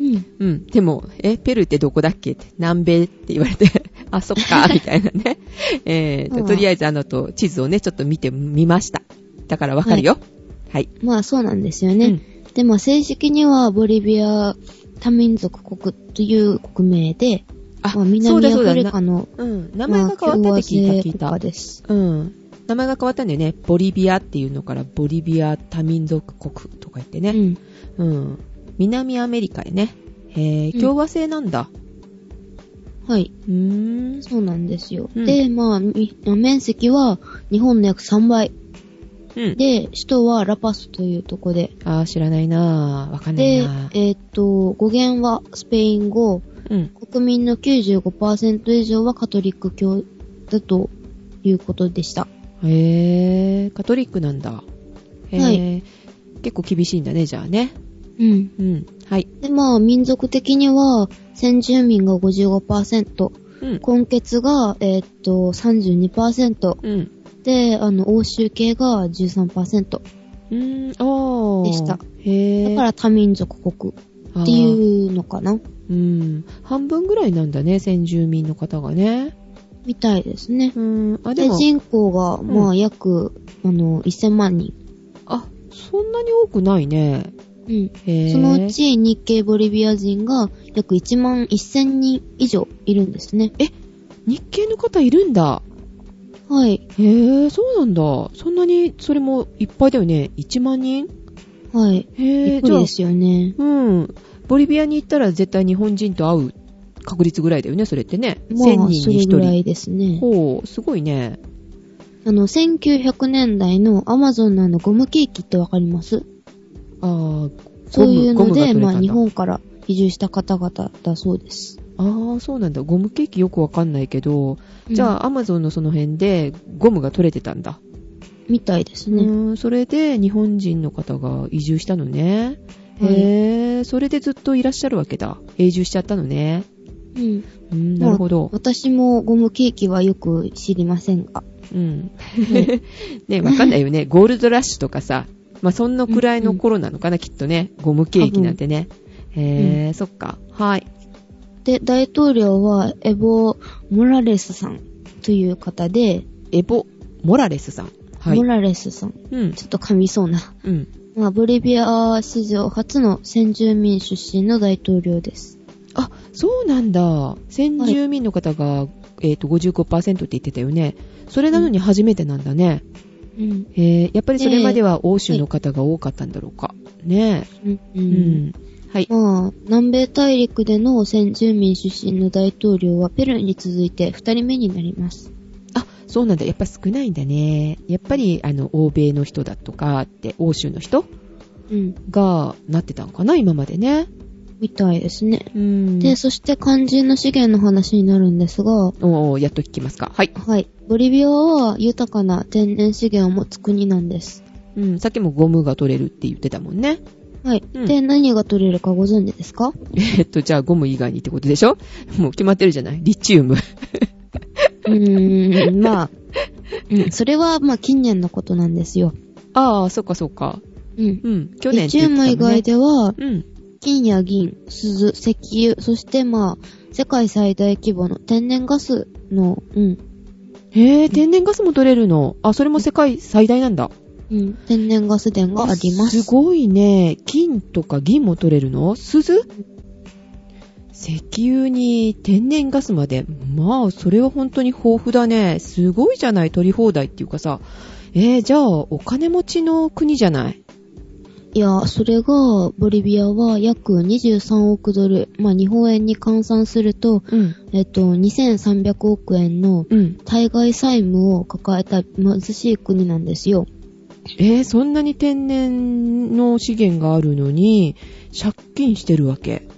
Speaker 2: うん。
Speaker 1: うん。でも、え、ペルーってどこだっけって、南米って言われて、 あ、そっ か、みたいなね。えーと、
Speaker 2: うん
Speaker 1: とりあえずあのと、地図をね、ちょっと見てみました。だからわかるよ。はい。
Speaker 2: まあ、そうなんですよね。で、まあ、正式にはボリビア多民族国という国名で、
Speaker 1: あ、
Speaker 2: まあ、
Speaker 1: そう
Speaker 2: 南
Speaker 1: だ
Speaker 2: ア
Speaker 1: そう
Speaker 2: フ
Speaker 1: だ。
Speaker 2: リ
Speaker 1: な
Speaker 2: カの、
Speaker 1: うん。名前
Speaker 2: ま
Speaker 1: が
Speaker 2: あ、
Speaker 1: 変わ
Speaker 2: 共
Speaker 1: った
Speaker 2: 和
Speaker 1: って聞いた、
Speaker 2: 制
Speaker 1: 聞い
Speaker 2: 国
Speaker 1: た
Speaker 2: 家。です。
Speaker 1: うん。名前が変わったんだよね。ボリビアっていうのから、ボリビア多民族国とか言って
Speaker 2: う
Speaker 1: ね。
Speaker 2: ん。
Speaker 1: うん。南アメリカへね。へ
Speaker 2: う
Speaker 1: ー、
Speaker 2: ん
Speaker 1: 共和制なんだ。
Speaker 2: はい。
Speaker 1: うーん。
Speaker 2: そうなんですよ。
Speaker 1: うん
Speaker 2: で、まあ、み面積は日本の約3倍。
Speaker 1: うん。
Speaker 2: で、首都はラパスというとこで。
Speaker 1: あー、知らないなぁ。わかんな
Speaker 2: で
Speaker 1: いな、ぁ。
Speaker 2: えーっと、語源はスペイン語、
Speaker 1: うん。
Speaker 2: 国民の95%以上はカトリック教だということでした。
Speaker 1: へー、カトリックなんだ。へー、
Speaker 2: は
Speaker 1: 結構厳しいんだね、じゃあね。
Speaker 2: うん。
Speaker 1: うん。はい。
Speaker 2: で、まあ、民族的には、先住民が55%、
Speaker 1: うん。
Speaker 2: 根血が、えーっと、32%、
Speaker 1: うん。
Speaker 2: で、あの、欧州系が13%。
Speaker 1: うーん、おー。
Speaker 2: でした。
Speaker 1: へー。
Speaker 2: だから多民族国
Speaker 1: ら
Speaker 2: っていうのかな
Speaker 1: うん。半分ぐらいなんだね、先住民の方がね。
Speaker 2: みたいですね。
Speaker 1: うん。あ、で
Speaker 2: で、
Speaker 1: も、
Speaker 2: 人口が、
Speaker 1: ん
Speaker 2: まあ、約、あの、1000万人。
Speaker 1: あ、そんなに多くないね。
Speaker 2: うん。
Speaker 1: へー。
Speaker 2: そのう、ち日系ボリビア人が約1万1000人以上いるんですね。
Speaker 1: 日系の方いるんだ。
Speaker 2: はい。
Speaker 1: へー、そうなんだ。そんなに、それもいっぱいだよね。1万人
Speaker 2: はい。
Speaker 1: へ
Speaker 2: び
Speaker 1: ー、
Speaker 2: っく
Speaker 1: じゃ
Speaker 2: り
Speaker 1: あ
Speaker 2: で、すよね。
Speaker 1: うん。ボリビアに行ったら絶対日本人と会う確率ぐらいだよね、それってね。
Speaker 2: ま
Speaker 1: 1000
Speaker 2: あ、
Speaker 1: 人
Speaker 2: そ
Speaker 1: に1
Speaker 2: れぐら
Speaker 1: 人。
Speaker 2: いですね。
Speaker 1: ほう、すごいね。
Speaker 2: あの、1900年代のアマゾンのあのゴムケーキってわかります
Speaker 1: あー
Speaker 2: そういうの
Speaker 1: ゴムゴ
Speaker 2: で、まあ、日。
Speaker 1: ムが取れ
Speaker 2: 本から移住した方々だそうです。
Speaker 1: たんだあー、そうなんだ。ゴムケーキよくわかんないけど、じゃ
Speaker 2: あ、
Speaker 1: あ、アマゾンのその辺でゴムが取れてたんだ。
Speaker 2: みたいです
Speaker 1: う
Speaker 2: ね。
Speaker 1: ーん、それで日本人の方が移住したのね。
Speaker 2: はい
Speaker 1: へー、それでずっといらっしゃるわけだ。永住しちゃったのね。
Speaker 2: うん。
Speaker 1: うん、なるほど。
Speaker 2: 私もゴムケーキはよく知りませんが。
Speaker 1: うん。 ね、わかんないよね。ゴールドラッシュとかさ、まあ、そんなくらいの頃なのかな、きっとね。ゴムケーキなんてね。へー、そっか。はい。
Speaker 2: で、大統領はエボ・モラレスさんという方で、
Speaker 1: エボ・モラレスさん。はい
Speaker 2: モ。ラレスさん。
Speaker 1: うん。
Speaker 2: ちょっと噛みそうな。
Speaker 1: うん。
Speaker 2: まあ、ボリビア史上初の先住民出身の大統領です。
Speaker 1: あ、そうなんだ。先住民の方が、えっ、と、55%って言ってたよね。それなのに初めてなんだね。
Speaker 2: うん。
Speaker 1: えーやっぱりそれまでは欧州の方が多かったんだろうか。ね
Speaker 2: うん。う
Speaker 1: え。うんん。はい。
Speaker 2: まあ、南米大陸での先住民出身の大統領はペルーに続いて2人目になります。
Speaker 1: あ、そうなんだ。やっぱ少ないんだね。やっぱり、あの、欧米の人だとかって、欧州の人
Speaker 2: うん。
Speaker 1: がなってたんかな、今までね。
Speaker 2: みたいですね。
Speaker 1: うん。
Speaker 2: で、そして肝心の資源の話になるんですが、
Speaker 1: おーやっと聞きますか。はい。
Speaker 2: はい。ボリビアは豊かな天然資源を持つ国なんです。
Speaker 1: うん。さっきもゴムが取れるって言ってたもんね。
Speaker 2: はい。
Speaker 1: うん
Speaker 2: で、何が取れるかご存知ですか
Speaker 1: えっと、じゃあゴム以外にってことでしょもう決まってるじゃないリチウム。
Speaker 2: うーん、まあ、うん、それは、まあ、近年のことなんですよ。
Speaker 1: ああ、そっかそっか。
Speaker 2: うん。
Speaker 1: うん。去年
Speaker 2: リ
Speaker 1: って
Speaker 2: チ
Speaker 1: 言っ
Speaker 2: ウ
Speaker 1: てたも
Speaker 2: ム
Speaker 1: んね
Speaker 2: 以外。では、
Speaker 1: うん。
Speaker 2: 金や銀、鈴、石油、そして、まあ、世界最大規模の天然ガスの、うん、
Speaker 1: へえ、天然ガスも取れるの。あ、それも世界最大なんだ。
Speaker 2: うん、天然ガス田があります。
Speaker 1: すごいね。金とか銀も取れるの鈴石油に天然ガスまで。まあ、それは本当に豊富だね。すごいじゃない。取り放題っていうかさ。えー、じゃあ、お金持ちの国じゃない。
Speaker 2: いや、それが、ボリビアは約23億ドル、まあ、日本円に換算すると、
Speaker 1: うん。
Speaker 2: えっと、2300億円の
Speaker 1: うん。
Speaker 2: 対外債務を抱えた貧しい国なんですよ。
Speaker 1: えー、そんなに天然の資源があるのに、借金してるわけ。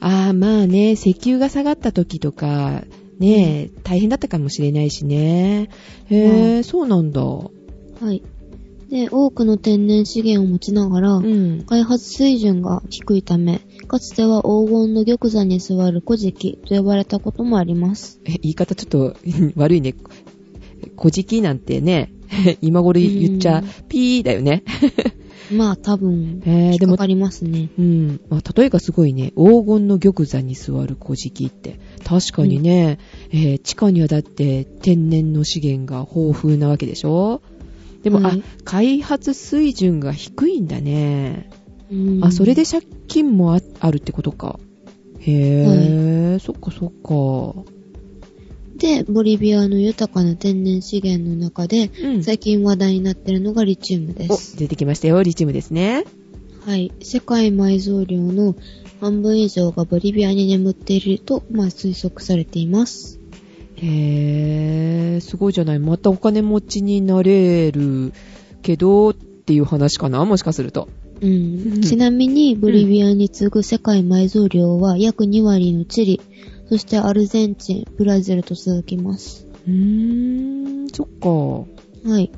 Speaker 1: ああ、まあね、石油が下がった時とか、ねえ、大変だったかもしれないしね。へえ、そうなんだ。う
Speaker 2: はい。で、多くの天然資源を持ちながら、
Speaker 1: ん。
Speaker 2: 開発水準が低いため、かつては黄金の玉座に座る古事記と呼ばれたこともあります。
Speaker 1: え、言い方ちょっと 悪いね。小じきなんてね、 今頃言っちゃ
Speaker 2: うん、
Speaker 1: ピーだよね。
Speaker 2: まあ、多分、
Speaker 1: えー、
Speaker 2: 引
Speaker 1: で
Speaker 2: っか
Speaker 1: も、
Speaker 2: かりますね。
Speaker 1: うん。まあ、例えがすごいね。黄金の玉座に座る小敷って。確かにね、えー地下にはだって天然の資源が豊富なわけでしょでも、
Speaker 2: はい
Speaker 1: あ、開発水準が低いんだね。
Speaker 2: うん
Speaker 1: あ、それで借金もああるってことか。へえ、そっかそっか。
Speaker 2: で、ボリビアの豊かな天然資源の中で、
Speaker 1: うん。
Speaker 2: 最近話題になってるのがリチウムで
Speaker 1: お
Speaker 2: す。
Speaker 1: 出てきましたよ、リチウムですね。
Speaker 2: はい。世界埋蔵量の半分以上がボリビアに眠っていると、まあ、推測されています。
Speaker 1: へえ、すごいじゃない。またお金持ちになれるけどっていう話かな、もしかすると。
Speaker 2: う
Speaker 1: うん
Speaker 2: ん、ちなみに、ボリビアに次ぐ世界埋蔵量は約2割のチリ、そしてアルゼンチン、ブラジルと続きます。
Speaker 1: うーん、そっ
Speaker 2: はい。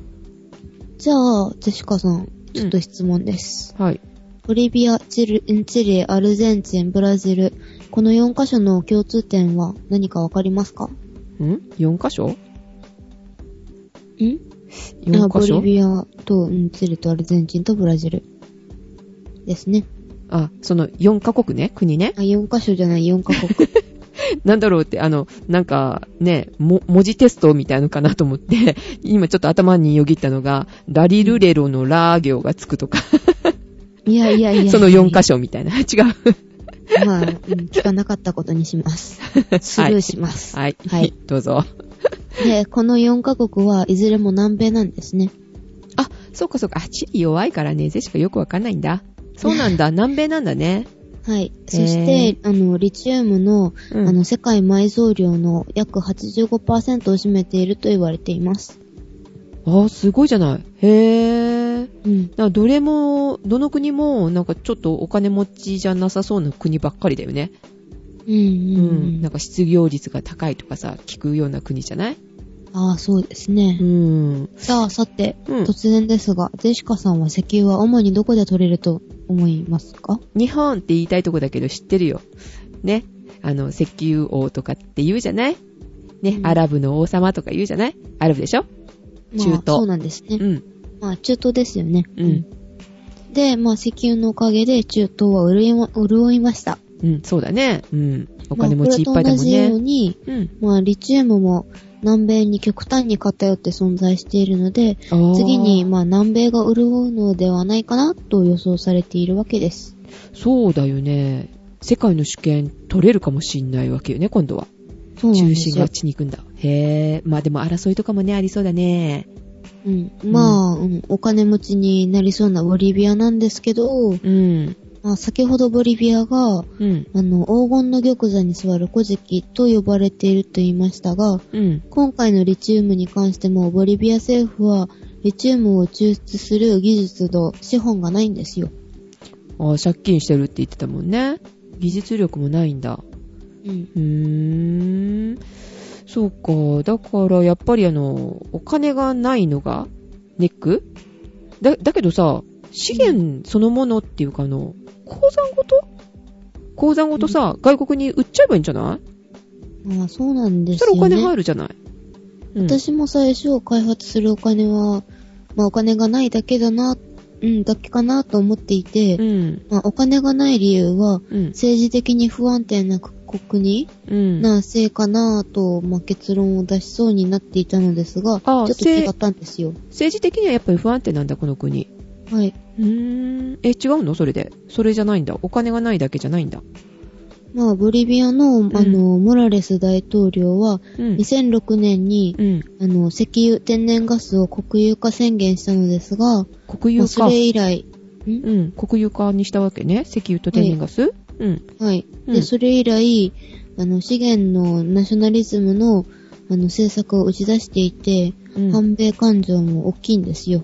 Speaker 2: じゃあ、ジェシカさん、ちょっ
Speaker 1: う
Speaker 2: と
Speaker 1: ん
Speaker 2: 質問です。
Speaker 1: か。はい。
Speaker 2: ボリビア、チリ、チリ、アルゼンチン、ブラジル、この4カ所の共通点は何かわかりますかん
Speaker 1: ん ?4 箇所 ?4
Speaker 2: ボ
Speaker 1: 箇
Speaker 2: リ
Speaker 1: 所
Speaker 2: ビアと、うん、チリとアルゼンチンとブラジル。ですね。
Speaker 1: あ、その4カ国ね、国ね。
Speaker 2: あ、4カ所じゃない、4カ国。
Speaker 1: なんだろうって、あの、なんかね、も文字テストみたいのかなと思って、 今ちょっと頭によぎったのが、ラリルレロのラ行がつくとか、
Speaker 2: いやいやいやいや。
Speaker 1: その4箇所みたいな。 違う。
Speaker 2: まあ、うん聞かなかったことにします。スルーします。
Speaker 1: はい。
Speaker 2: はい
Speaker 1: どうぞ。
Speaker 2: で、この4カ国はいずれも南米なんですね。
Speaker 1: あ、そうかそうか。あ、チリ弱いからね、ゼシカよくわかんないんだ。そうなん だ。南米なんだね。
Speaker 2: はい。そして、あの、リチウムの、
Speaker 1: うん
Speaker 2: あの、世界埋蔵量の約85%を占めていると言われています。
Speaker 1: あ、すごいじゃない。へー。
Speaker 2: うん
Speaker 1: だ。からどれも、どの国も、なんかちょっとお金持ちじゃなさそうな国ばっかりだよね。
Speaker 2: うんう
Speaker 1: う、。
Speaker 2: んうんん。
Speaker 1: なんか失業率が高いとかさ、聞くような国じゃない
Speaker 2: ああ、そうですね。
Speaker 1: うん。
Speaker 2: さあ、さて、
Speaker 1: うん
Speaker 2: 突然ですが、ジェシカさんは石油は主にどこで取れると思いますか
Speaker 1: 日本って言いたいとこだけど知ってるよ。ね。あの、石油王とかって言うじゃないね、
Speaker 2: うん
Speaker 1: アラブの王様とか言うじゃないアラブでしょ中東
Speaker 2: まあ、そうなんですね。
Speaker 1: うん。
Speaker 2: まあ、中東ですよね。
Speaker 1: うん。
Speaker 2: で、まあ、石油のおかげで中東は潤いま潤いました。
Speaker 1: うん、そうだね。うん。お金持ちいっぱいだもん
Speaker 2: まあこれと同じよ
Speaker 1: ね。
Speaker 2: うに、
Speaker 1: うん。
Speaker 2: まあ、リチウムも南米に極端に偏って存在しているので、
Speaker 1: あー
Speaker 2: 次に、まあ、南米が潤うのではないかなと予想されているわけです。
Speaker 1: そうだよね。世界の主権取れるかもしんないわけよね、今度は。
Speaker 2: そうなん
Speaker 1: 中
Speaker 2: です
Speaker 1: 心があ
Speaker 2: よ
Speaker 1: っ。ちに行くんだ。へえ。まあでも争いとかもね、ありそうだね。
Speaker 2: うん。まあ、うん、お金持ちになりそうなボリビアなんですけど、
Speaker 1: うん。
Speaker 2: まあ、先ほどボリビアが、
Speaker 1: うん。
Speaker 2: あの、黄金の玉座に座る古事記と呼ばれていると言いましたが、
Speaker 1: うん。
Speaker 2: 今回のリチウムに関しても、ボリビア政府は、リチウムを抽出する技術と資本がないんですよ。
Speaker 1: ああ、借金してるって言ってたもんね。技術力もないんだ。
Speaker 2: うん。
Speaker 1: うーん。そうか。だから、やっぱりあの、お金がないのがネックだ、だけどさ、資源そのものっていうかあの、鉱山ごと鉱山ごとさ、外国に売っちゃえばいいんじゃない
Speaker 2: まあ、そうなんで
Speaker 1: そした
Speaker 2: す
Speaker 1: らお
Speaker 2: よ
Speaker 1: 金
Speaker 2: ね。
Speaker 1: 入るじゃない、うん、
Speaker 2: 私も最初開発するお金は、まあ、お金がないだけだな、うん、だけかなと思っていて、
Speaker 1: うん。
Speaker 2: まあ、お金がない理由は、
Speaker 1: うん。
Speaker 2: 政治的に不安定な国
Speaker 1: うん。
Speaker 2: なせいかなと、まあ、結論を出しそうになっていたのですが、ち
Speaker 1: あ
Speaker 2: ょ
Speaker 1: あ
Speaker 2: っと違ったんですよ。
Speaker 1: 政治的にはやっぱり不安定なんだ、この国。
Speaker 2: はい。
Speaker 1: うーん。え、違うのそれで。それじゃないんだ。お金がないだけじゃないんだ。
Speaker 2: まあ、ボリビアの、あの、モラレス大統領は、
Speaker 1: うん。
Speaker 2: 2006年に、
Speaker 1: うん。
Speaker 2: あの、石油、天然ガスを国有化宣言したのですが、
Speaker 1: 国
Speaker 2: まあ
Speaker 1: 有
Speaker 2: そ
Speaker 1: 化。
Speaker 2: れ以来、ん
Speaker 1: うん。国有化にしたわけね。石油と天然ガス。うん。
Speaker 2: はい。
Speaker 1: う
Speaker 2: で、
Speaker 1: ん
Speaker 2: それ以来、あの、資源のナショナリズムの、あの、政策を打ち出していて、
Speaker 1: うん、
Speaker 2: 反米感情も大きいんですよ。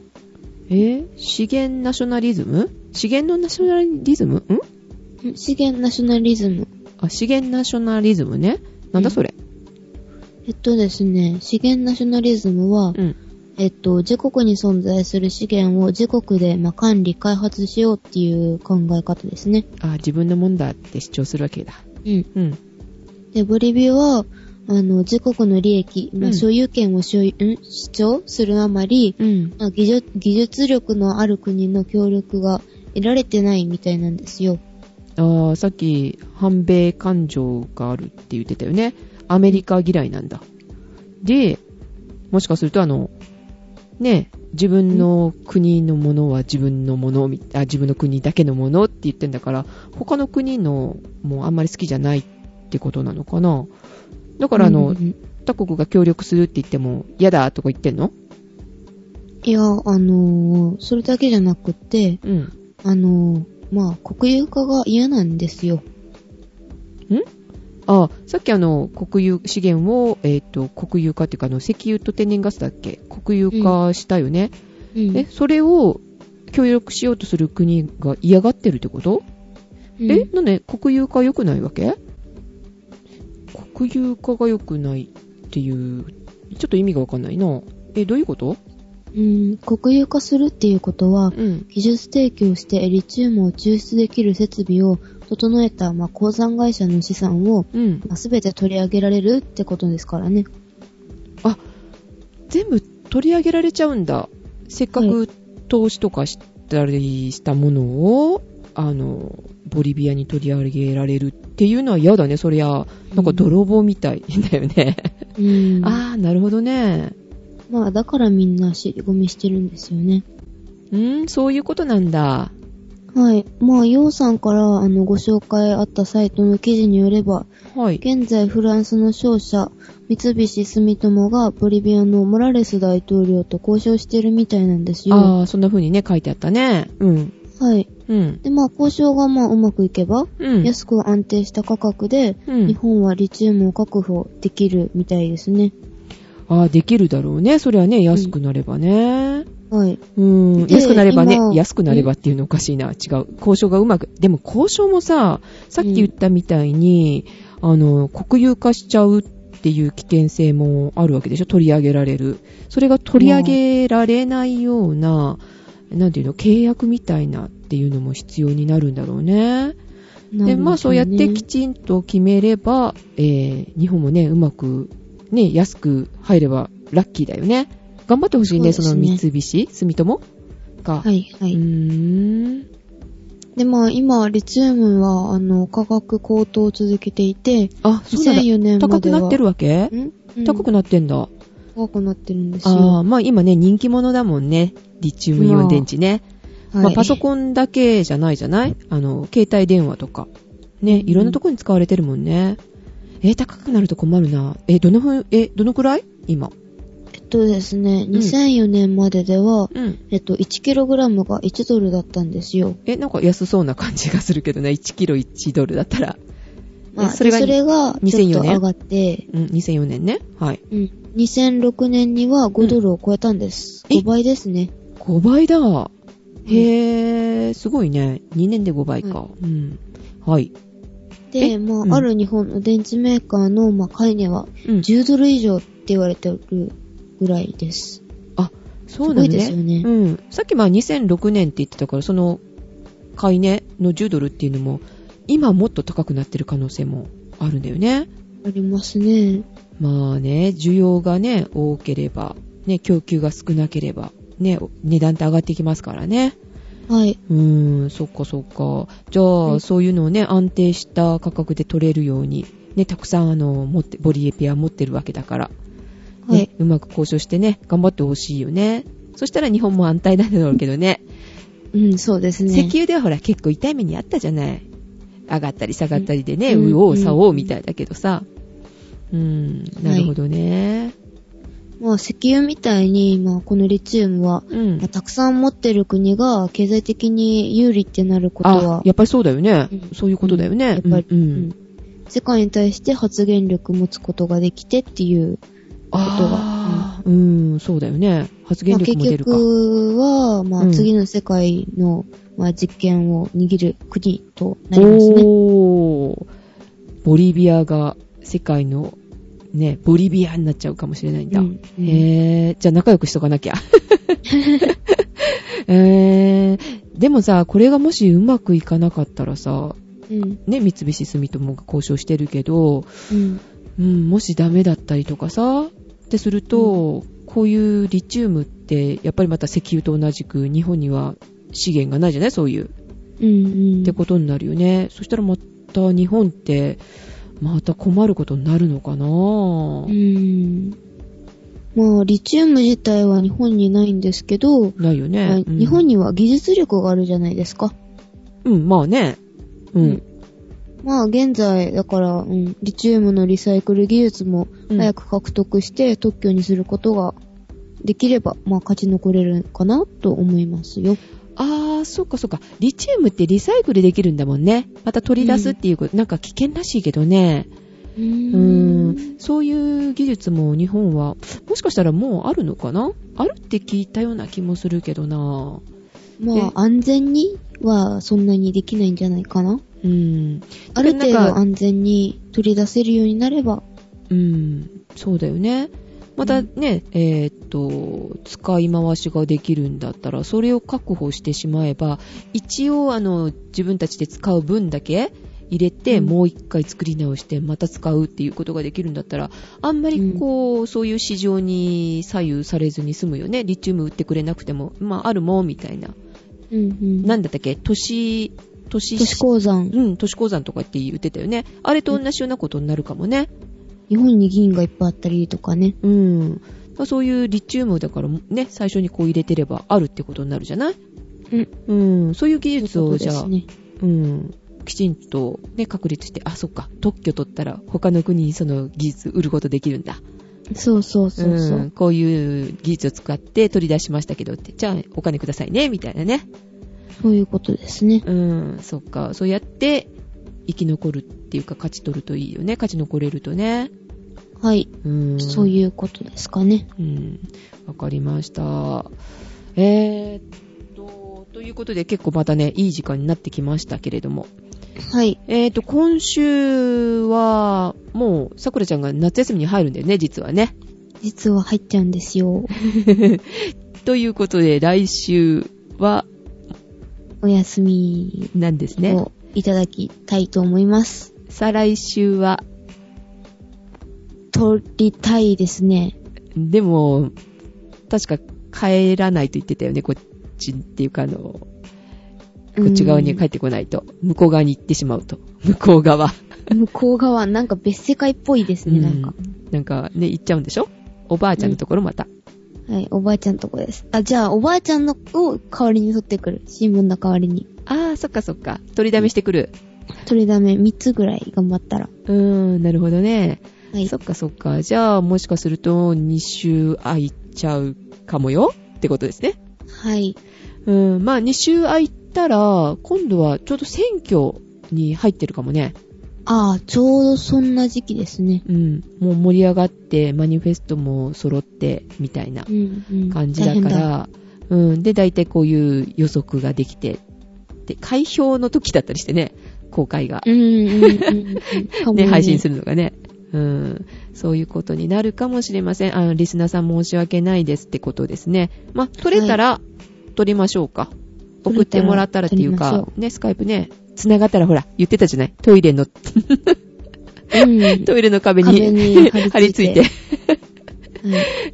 Speaker 1: えー資源ナショナリズム資源のナショナリズムん
Speaker 2: ん資源ナショナリズム。
Speaker 1: あ、資源ナショナリズムね。なんだそれ。
Speaker 2: えっとですね、資源ナショナリズムは、
Speaker 1: うん。
Speaker 2: えっと、自国に存在する資源を自国で、まあ、管理、開発しようっていう考え方ですね。
Speaker 1: あ、自分のもんだって主張するわけだ。
Speaker 2: うん。
Speaker 1: うん。
Speaker 2: で、ボリビアは、あの、自国の利益、ま
Speaker 1: う
Speaker 2: あ、
Speaker 1: ん
Speaker 2: 所有権を所有、ん主張するあまり、
Speaker 1: うん。
Speaker 2: まあ技術、技術力のある国の協力が得られてないみたいなんですよ。
Speaker 1: あーさっき、反米感情があるって言ってたよね。アメリカ嫌いなんだ。で、もしかするとあの、ねえ、自分の国のものは自分のものみ、あ、自分の国だけのものって言ってんだから、他の国のもあんまり好きじゃないってことなのかな。だからあの、
Speaker 2: うん
Speaker 1: 他国が協力するって言っても、嫌だとか言ってんの
Speaker 2: いや、あのーそれだけじゃなくって、
Speaker 1: うん。
Speaker 2: あのーまあ、国有化が嫌なんですよ。
Speaker 1: あ、さっきあの、国有、資源を、えっ、と、国有化っていうか、あの、石油と天然ガスだっけ国有化したよね。
Speaker 2: うん
Speaker 1: え、それを協力しようとする国が嫌がってるってこと、
Speaker 2: うん
Speaker 1: え、なんで国有化良くないわけ国有化が良くないっていう、ちょっと意味がわかんないな。え、どういうこと
Speaker 2: うん、国有化するっていうことは、
Speaker 1: うん。
Speaker 2: 技術提供してリチウムを抽出できる設備を整えた、まあ、鉱山会社の資産を、
Speaker 1: うん。
Speaker 2: まあ、全て取り上げられるってことですからね。
Speaker 1: 全部取り上げられちゃうんだ。せっか
Speaker 2: は
Speaker 1: く投資とかしたりしたものを、あの、ボリビアに取り上げられるっていうのは嫌だね、そりゃ。なんか泥棒みたいだよね。
Speaker 2: うん。
Speaker 1: あー、なるほどね。
Speaker 2: まあ、だからみんな尻込みしてるんですよね。
Speaker 1: うん、そういうことなんだ。
Speaker 2: はい。まあ、ヨウさんから、あの、ご紹介あったサイトの記事によれば、
Speaker 1: はい。
Speaker 2: 現在フランスの商社、三菱住友がボリビアのモラレス大統領と交渉してるみたいなんですよ。
Speaker 1: あー、そんな風にね、書いてあったね。うん。
Speaker 2: はい。
Speaker 1: うん。
Speaker 2: で、まあ、交渉がまあ、うまくいけば、
Speaker 1: うん。
Speaker 2: 安く安定した価格で、
Speaker 1: うん
Speaker 2: 日本はリチウムを確保できるみたいですね。
Speaker 1: あー、できるだろうね。そりゃね、安くなればね。
Speaker 2: はい。
Speaker 1: うん、
Speaker 2: で
Speaker 1: 安くなればね
Speaker 2: 今、
Speaker 1: 安くなればっていうのおかしいな、違う。交渉がうまく、でも交渉もさ、さっき言ったみたいに、あの、国有化しちゃうっていう危険性もあるわけでしょ取り上げられる。それが取り上げられないような、なんていうの、契約みたいなっていうのも必要になるんだろうね。で、まあそうやってきちんと決めれば、えー、日本もね、うまく、ね、安く入ればラッキーだよね。頑張ってほしいね、
Speaker 2: そ
Speaker 1: そう
Speaker 2: です
Speaker 1: の
Speaker 2: ね
Speaker 1: 三菱、住友が。
Speaker 2: はい、は
Speaker 1: う
Speaker 2: い。
Speaker 1: ーん。
Speaker 2: で、まあ、今、リチウムは、あの、価格高騰を続けていて、
Speaker 1: あ、そうなんだ。
Speaker 2: 2004年ま
Speaker 1: 高
Speaker 2: で
Speaker 1: く
Speaker 2: は。
Speaker 1: なってるわけ
Speaker 2: ん、うん
Speaker 1: 高くなってんだ。
Speaker 2: 高くなってるんです
Speaker 1: あ
Speaker 2: よ。
Speaker 1: あ、まあ今ね、人気者だもんね。リチウムイオン電池ね。まあパソ
Speaker 2: ン。
Speaker 1: コンだけじゃないじゃないあの、携帯電話とか。ね、いろんなとこに使われてるもんね。えー高くなると困るな。えーどのふん、えーどのくらい今。
Speaker 2: えっとですね、
Speaker 1: ん
Speaker 2: 2004年まででは、
Speaker 1: うん。
Speaker 2: えっと、1kg が1ドルだったんですよ。
Speaker 1: え、なんか安そうな感じがするけどね。1キロ1ドルだったら。
Speaker 2: まあ、
Speaker 1: えそれが
Speaker 2: でそれがちょっ
Speaker 1: 2004
Speaker 2: と
Speaker 1: 年
Speaker 2: 上がって、
Speaker 1: うん、2004年ね。はい。
Speaker 2: うん、2006年には5ドルを超えたんです。
Speaker 1: え
Speaker 2: 5倍ですね。
Speaker 1: 5倍だ。へー、すごいね。2年で5倍か。うん。はい。え
Speaker 2: で、まあ、
Speaker 1: うん
Speaker 2: ある日本の電池メーカーの、まあ、買い値は
Speaker 1: うん。
Speaker 2: 10ドル以上って言われてるぐらいです。
Speaker 1: あ、そうなの
Speaker 2: すごい
Speaker 1: ね
Speaker 2: ですよね
Speaker 1: うん。さっきまあ2006年って言ってたから、その買い値の10ドルっていうのも、今もっと高くなってる可能性もあるんだよね。
Speaker 2: ありますね。
Speaker 1: まあね、需要がね、多ければ、ね、供給が少なければ、ね、値段って上がっていきますからね。
Speaker 2: はい。
Speaker 1: うーん、そっかそっか。じゃあ、
Speaker 2: うん
Speaker 1: そういうのをね、安定した価格で取れるように、ね、たくさんあの、持って、ボリエピア持ってるわけだから、
Speaker 2: はい。
Speaker 1: ね、うまく交渉してね、頑張ってほしいよね。そしたら日本も安泰なんだろうけどね。
Speaker 2: うん、そうですね。
Speaker 1: 石油ではほら結構痛い目にあったじゃない。上がったり下がったりでね、
Speaker 2: うん
Speaker 1: 右往左
Speaker 2: う
Speaker 1: 往
Speaker 2: ん
Speaker 1: みたいだけどさ。うん、なるほどね。
Speaker 2: まあ、石油みたいに、まあ、このリチウムは、
Speaker 1: うん
Speaker 2: まあ。たくさん持ってる国が経済的に有利ってなること
Speaker 1: あ
Speaker 2: は、、
Speaker 1: やっぱりそうだよね。
Speaker 2: うん
Speaker 1: そういうことだよね。
Speaker 2: やっぱり、
Speaker 1: うん。う
Speaker 2: うんん世界に対して発言力持つことができてっていう、
Speaker 1: あーうん、そうだよね。発言
Speaker 2: まあ、
Speaker 1: 力
Speaker 2: 結
Speaker 1: も出るか。
Speaker 2: 局は、ま
Speaker 1: う
Speaker 2: あ、
Speaker 1: ん
Speaker 2: 次の世界の、まあ、実権を握る国となりますね。
Speaker 1: おーボリビアが世界の、ね、ボリビアになっちゃうかもしれないんだ。
Speaker 2: うん
Speaker 1: へえ、じゃあ仲良くしとか なきゃ。えー、でもさ、これがもしうまくいかなかったらさ、
Speaker 2: うん。
Speaker 1: ね、三菱住友が交渉してるけど、
Speaker 2: うん。
Speaker 1: うん、もしダメだったりとかさ、ってすると、こういうリチウムって、やっぱりまた石油と同じく日本には資源がないじゃないそういう。
Speaker 2: うん。うん
Speaker 1: ってことになるよね。そしたらまた日本って、また困ることになるのかな
Speaker 2: う、ん。まあ、リチウム自体は日本にないんですけど、
Speaker 1: ないよ
Speaker 2: まあ
Speaker 1: ね。うん
Speaker 2: 日本には技術力があるじゃないですか。
Speaker 1: うん、まあね。う
Speaker 2: うんん。まあ現在、だから、うん、リチウムのリサイクル技術も
Speaker 1: うん
Speaker 2: 早く獲得して特許にすることができれば、まあ勝ち残れるかなと思いますよ。
Speaker 1: あー、そっかそっか。リチウムってリサイクルできるんだもんね。また取り出すっていうこと、なんか危険らしいけどね。
Speaker 2: う
Speaker 1: う
Speaker 2: ー
Speaker 1: ーん。そういう技術も日本は、もしかしたらもうあるのかなあるって聞いたような気もするけどな。
Speaker 2: まあ安全にはそんなにできないんじゃないかな。
Speaker 1: うん。
Speaker 2: ある程度
Speaker 1: なんか
Speaker 2: 安全に取り出せるようになれば、
Speaker 1: うん、そうだよね。またね、えーっと、使い回しができるんだったら、それを確保してしまえば、一応、あの、自分たちで使う分だけ入れて、
Speaker 2: うん
Speaker 1: もう一回作り直して、また使うっていうことができるんだったら、あんまりこう、そういう市場に左右されずに済むよね。リチウム売ってくれなくても、まあ、あるもん、みたいな。
Speaker 2: うんうん。
Speaker 1: なんだったっけ都市、都市、
Speaker 2: 都市鉱山、
Speaker 1: うん、都市鉱山とかって言ってたよね。あれと同じようなことになるかもね。
Speaker 2: 日本に銀がいっぱいあったりとかね。
Speaker 1: うん。まあそういうリチウムだからね、最初にこう入れてればあるってことになるじゃない
Speaker 2: うん。
Speaker 1: うん。そういう技術
Speaker 2: そ
Speaker 1: を
Speaker 2: う
Speaker 1: じ
Speaker 2: で
Speaker 1: ゃあ、
Speaker 2: すね。
Speaker 1: うん。きちんとね、確立して、あ、そっか、特許取ったら他の国にその技術売ることできるんだ。
Speaker 2: そうそうそうそう。
Speaker 1: ん。こういう技術を使って取り出しましたけどって、じゃあお金くださいね、みたいなね。
Speaker 2: そういうことですね。
Speaker 1: うん、そっか。そうやって生き残るっていうか勝ち取るといいよね。勝ち残れるとね。
Speaker 2: はい。
Speaker 1: うん。
Speaker 2: そういうことですかね。
Speaker 1: うん、わかりました。えー、っと、ということで結構またね、いい時間になってきましたけれども。
Speaker 2: はい。
Speaker 1: えー、っと、今週は、もう、さくらちゃんが夏休みに入るんだよね、実はね。
Speaker 2: 実は入っちゃうんですよ。
Speaker 1: ということで、来週は、
Speaker 2: お休み
Speaker 1: なんですね。
Speaker 2: をいただきたいと思います。
Speaker 1: 再来週は、
Speaker 2: 取りたいですね。
Speaker 1: でも、確か帰らないと言ってたよね、こっちっていうか、あの、こっち側には帰
Speaker 2: っ
Speaker 1: ってこないと。向こう側に行ってしまうと。向こう側。
Speaker 2: て。向こう側、なんか別世界っぽいですね、なんか。
Speaker 1: うんなんかね、行っちゃうんでしょおばあちゃんのところまた。
Speaker 2: はい、おばあちゃんとこです。あ、じゃあ、おばあちゃんのを代わりに取ってくる。新聞の代わりに。
Speaker 1: ああ、そっかそっか。取りだめしてくる。
Speaker 2: 取りだめ3つぐらい頑張ったら。
Speaker 1: うーん、なるほどね。
Speaker 2: はい
Speaker 1: そ。っかそっか。じゃあ、もしかすると2週空いちゃうかもよってことですね。
Speaker 2: はい。
Speaker 1: うん、まあ2週空いたら、今度はちょうど選挙に入ってるかもね。
Speaker 2: ああ、ちょうどそんな時期ですね。
Speaker 1: うん、もう盛り上がって、マニフェストも揃って、みたいな
Speaker 2: うん、うん。
Speaker 1: 感じだ
Speaker 2: 大変
Speaker 1: から、うん、で、大体こういう予測ができて、で、開票の時だったりしてね、公開が、
Speaker 2: うん、うん、うんうん。かも
Speaker 1: ね、配信す
Speaker 2: る。
Speaker 1: るのがね。うん、そういうことになるかもしれません。あの、リスナーさん申し訳ないですってことですね。まあ、取れたら、取りましょうか。送ってもらったらっていう
Speaker 2: 撮りま
Speaker 1: か、ね、スカイプね、繋がったらほら、言ってたじゃない。トイレの、
Speaker 2: うん。はい
Speaker 1: トイレの壁に
Speaker 2: 壁 に張り付い
Speaker 1: 張り付
Speaker 2: て
Speaker 1: いて。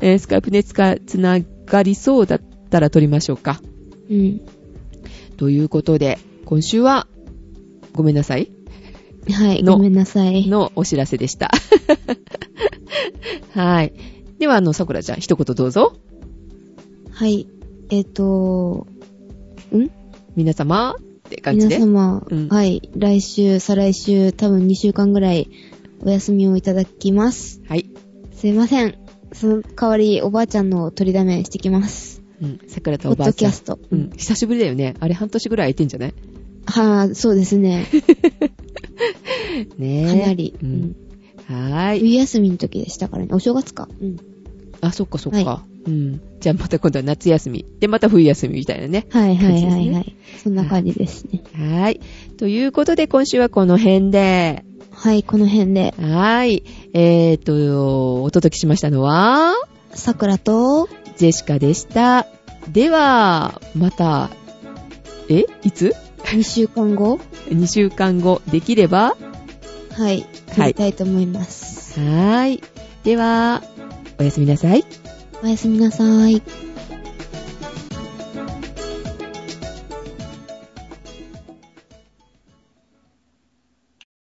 Speaker 1: えースカイプね、つか、つながりそうだったら撮りましょうか。
Speaker 2: うん。
Speaker 1: ということで、今週は、ごめんなさい。
Speaker 2: はい、
Speaker 1: の
Speaker 2: ごめんなさい。
Speaker 1: のお知らせでした。 はい。では、あの、さくらちゃん、一言どうぞ。
Speaker 2: はい。えっ、と、ん
Speaker 1: 皆様って感じ
Speaker 2: 皆
Speaker 1: で。
Speaker 2: 様、
Speaker 1: うん
Speaker 2: はい、来週、再来週、多分2週間ぐらいお休みをいただきます。
Speaker 1: はい。
Speaker 2: すいません。その代わり、おばあちゃんの取りだめしてきます。
Speaker 1: うん。さくらと
Speaker 2: ポ
Speaker 1: お
Speaker 2: ッ
Speaker 1: ばあ
Speaker 2: ド
Speaker 1: ち
Speaker 2: キ
Speaker 1: ゃ
Speaker 2: ャ
Speaker 1: ん
Speaker 2: ス。ト。
Speaker 1: うん。久しぶりだよね。あれ、半年ぐらい空いてんじゃない
Speaker 2: はぁ、そうですね。
Speaker 1: ね
Speaker 2: か
Speaker 1: え
Speaker 2: なり。
Speaker 1: う
Speaker 2: うん
Speaker 1: ん。はーい。
Speaker 2: 冬休みの時でしたからね。お正月か。うん。
Speaker 1: あ、そっかそっか。うん。じゃあ、また今度は夏休み。で、また冬休みみたいなね。
Speaker 2: はいは
Speaker 1: 感じ
Speaker 2: い
Speaker 1: ですね
Speaker 2: はいはい。そんな感じですね。
Speaker 1: はーい。ということで、今週はこの辺で。
Speaker 2: はい、この辺で、
Speaker 1: はーい。えーと、お届けしましたのは、
Speaker 2: 桜と、
Speaker 1: ジェシカでした。では、また、えいつ
Speaker 2: 2週間後、
Speaker 1: ?2 週間後、できれば
Speaker 2: はい、
Speaker 1: は
Speaker 2: 撮
Speaker 1: い
Speaker 2: りたいと思います。
Speaker 1: はーい。では、おやすみなさい。
Speaker 2: おやすみなさい。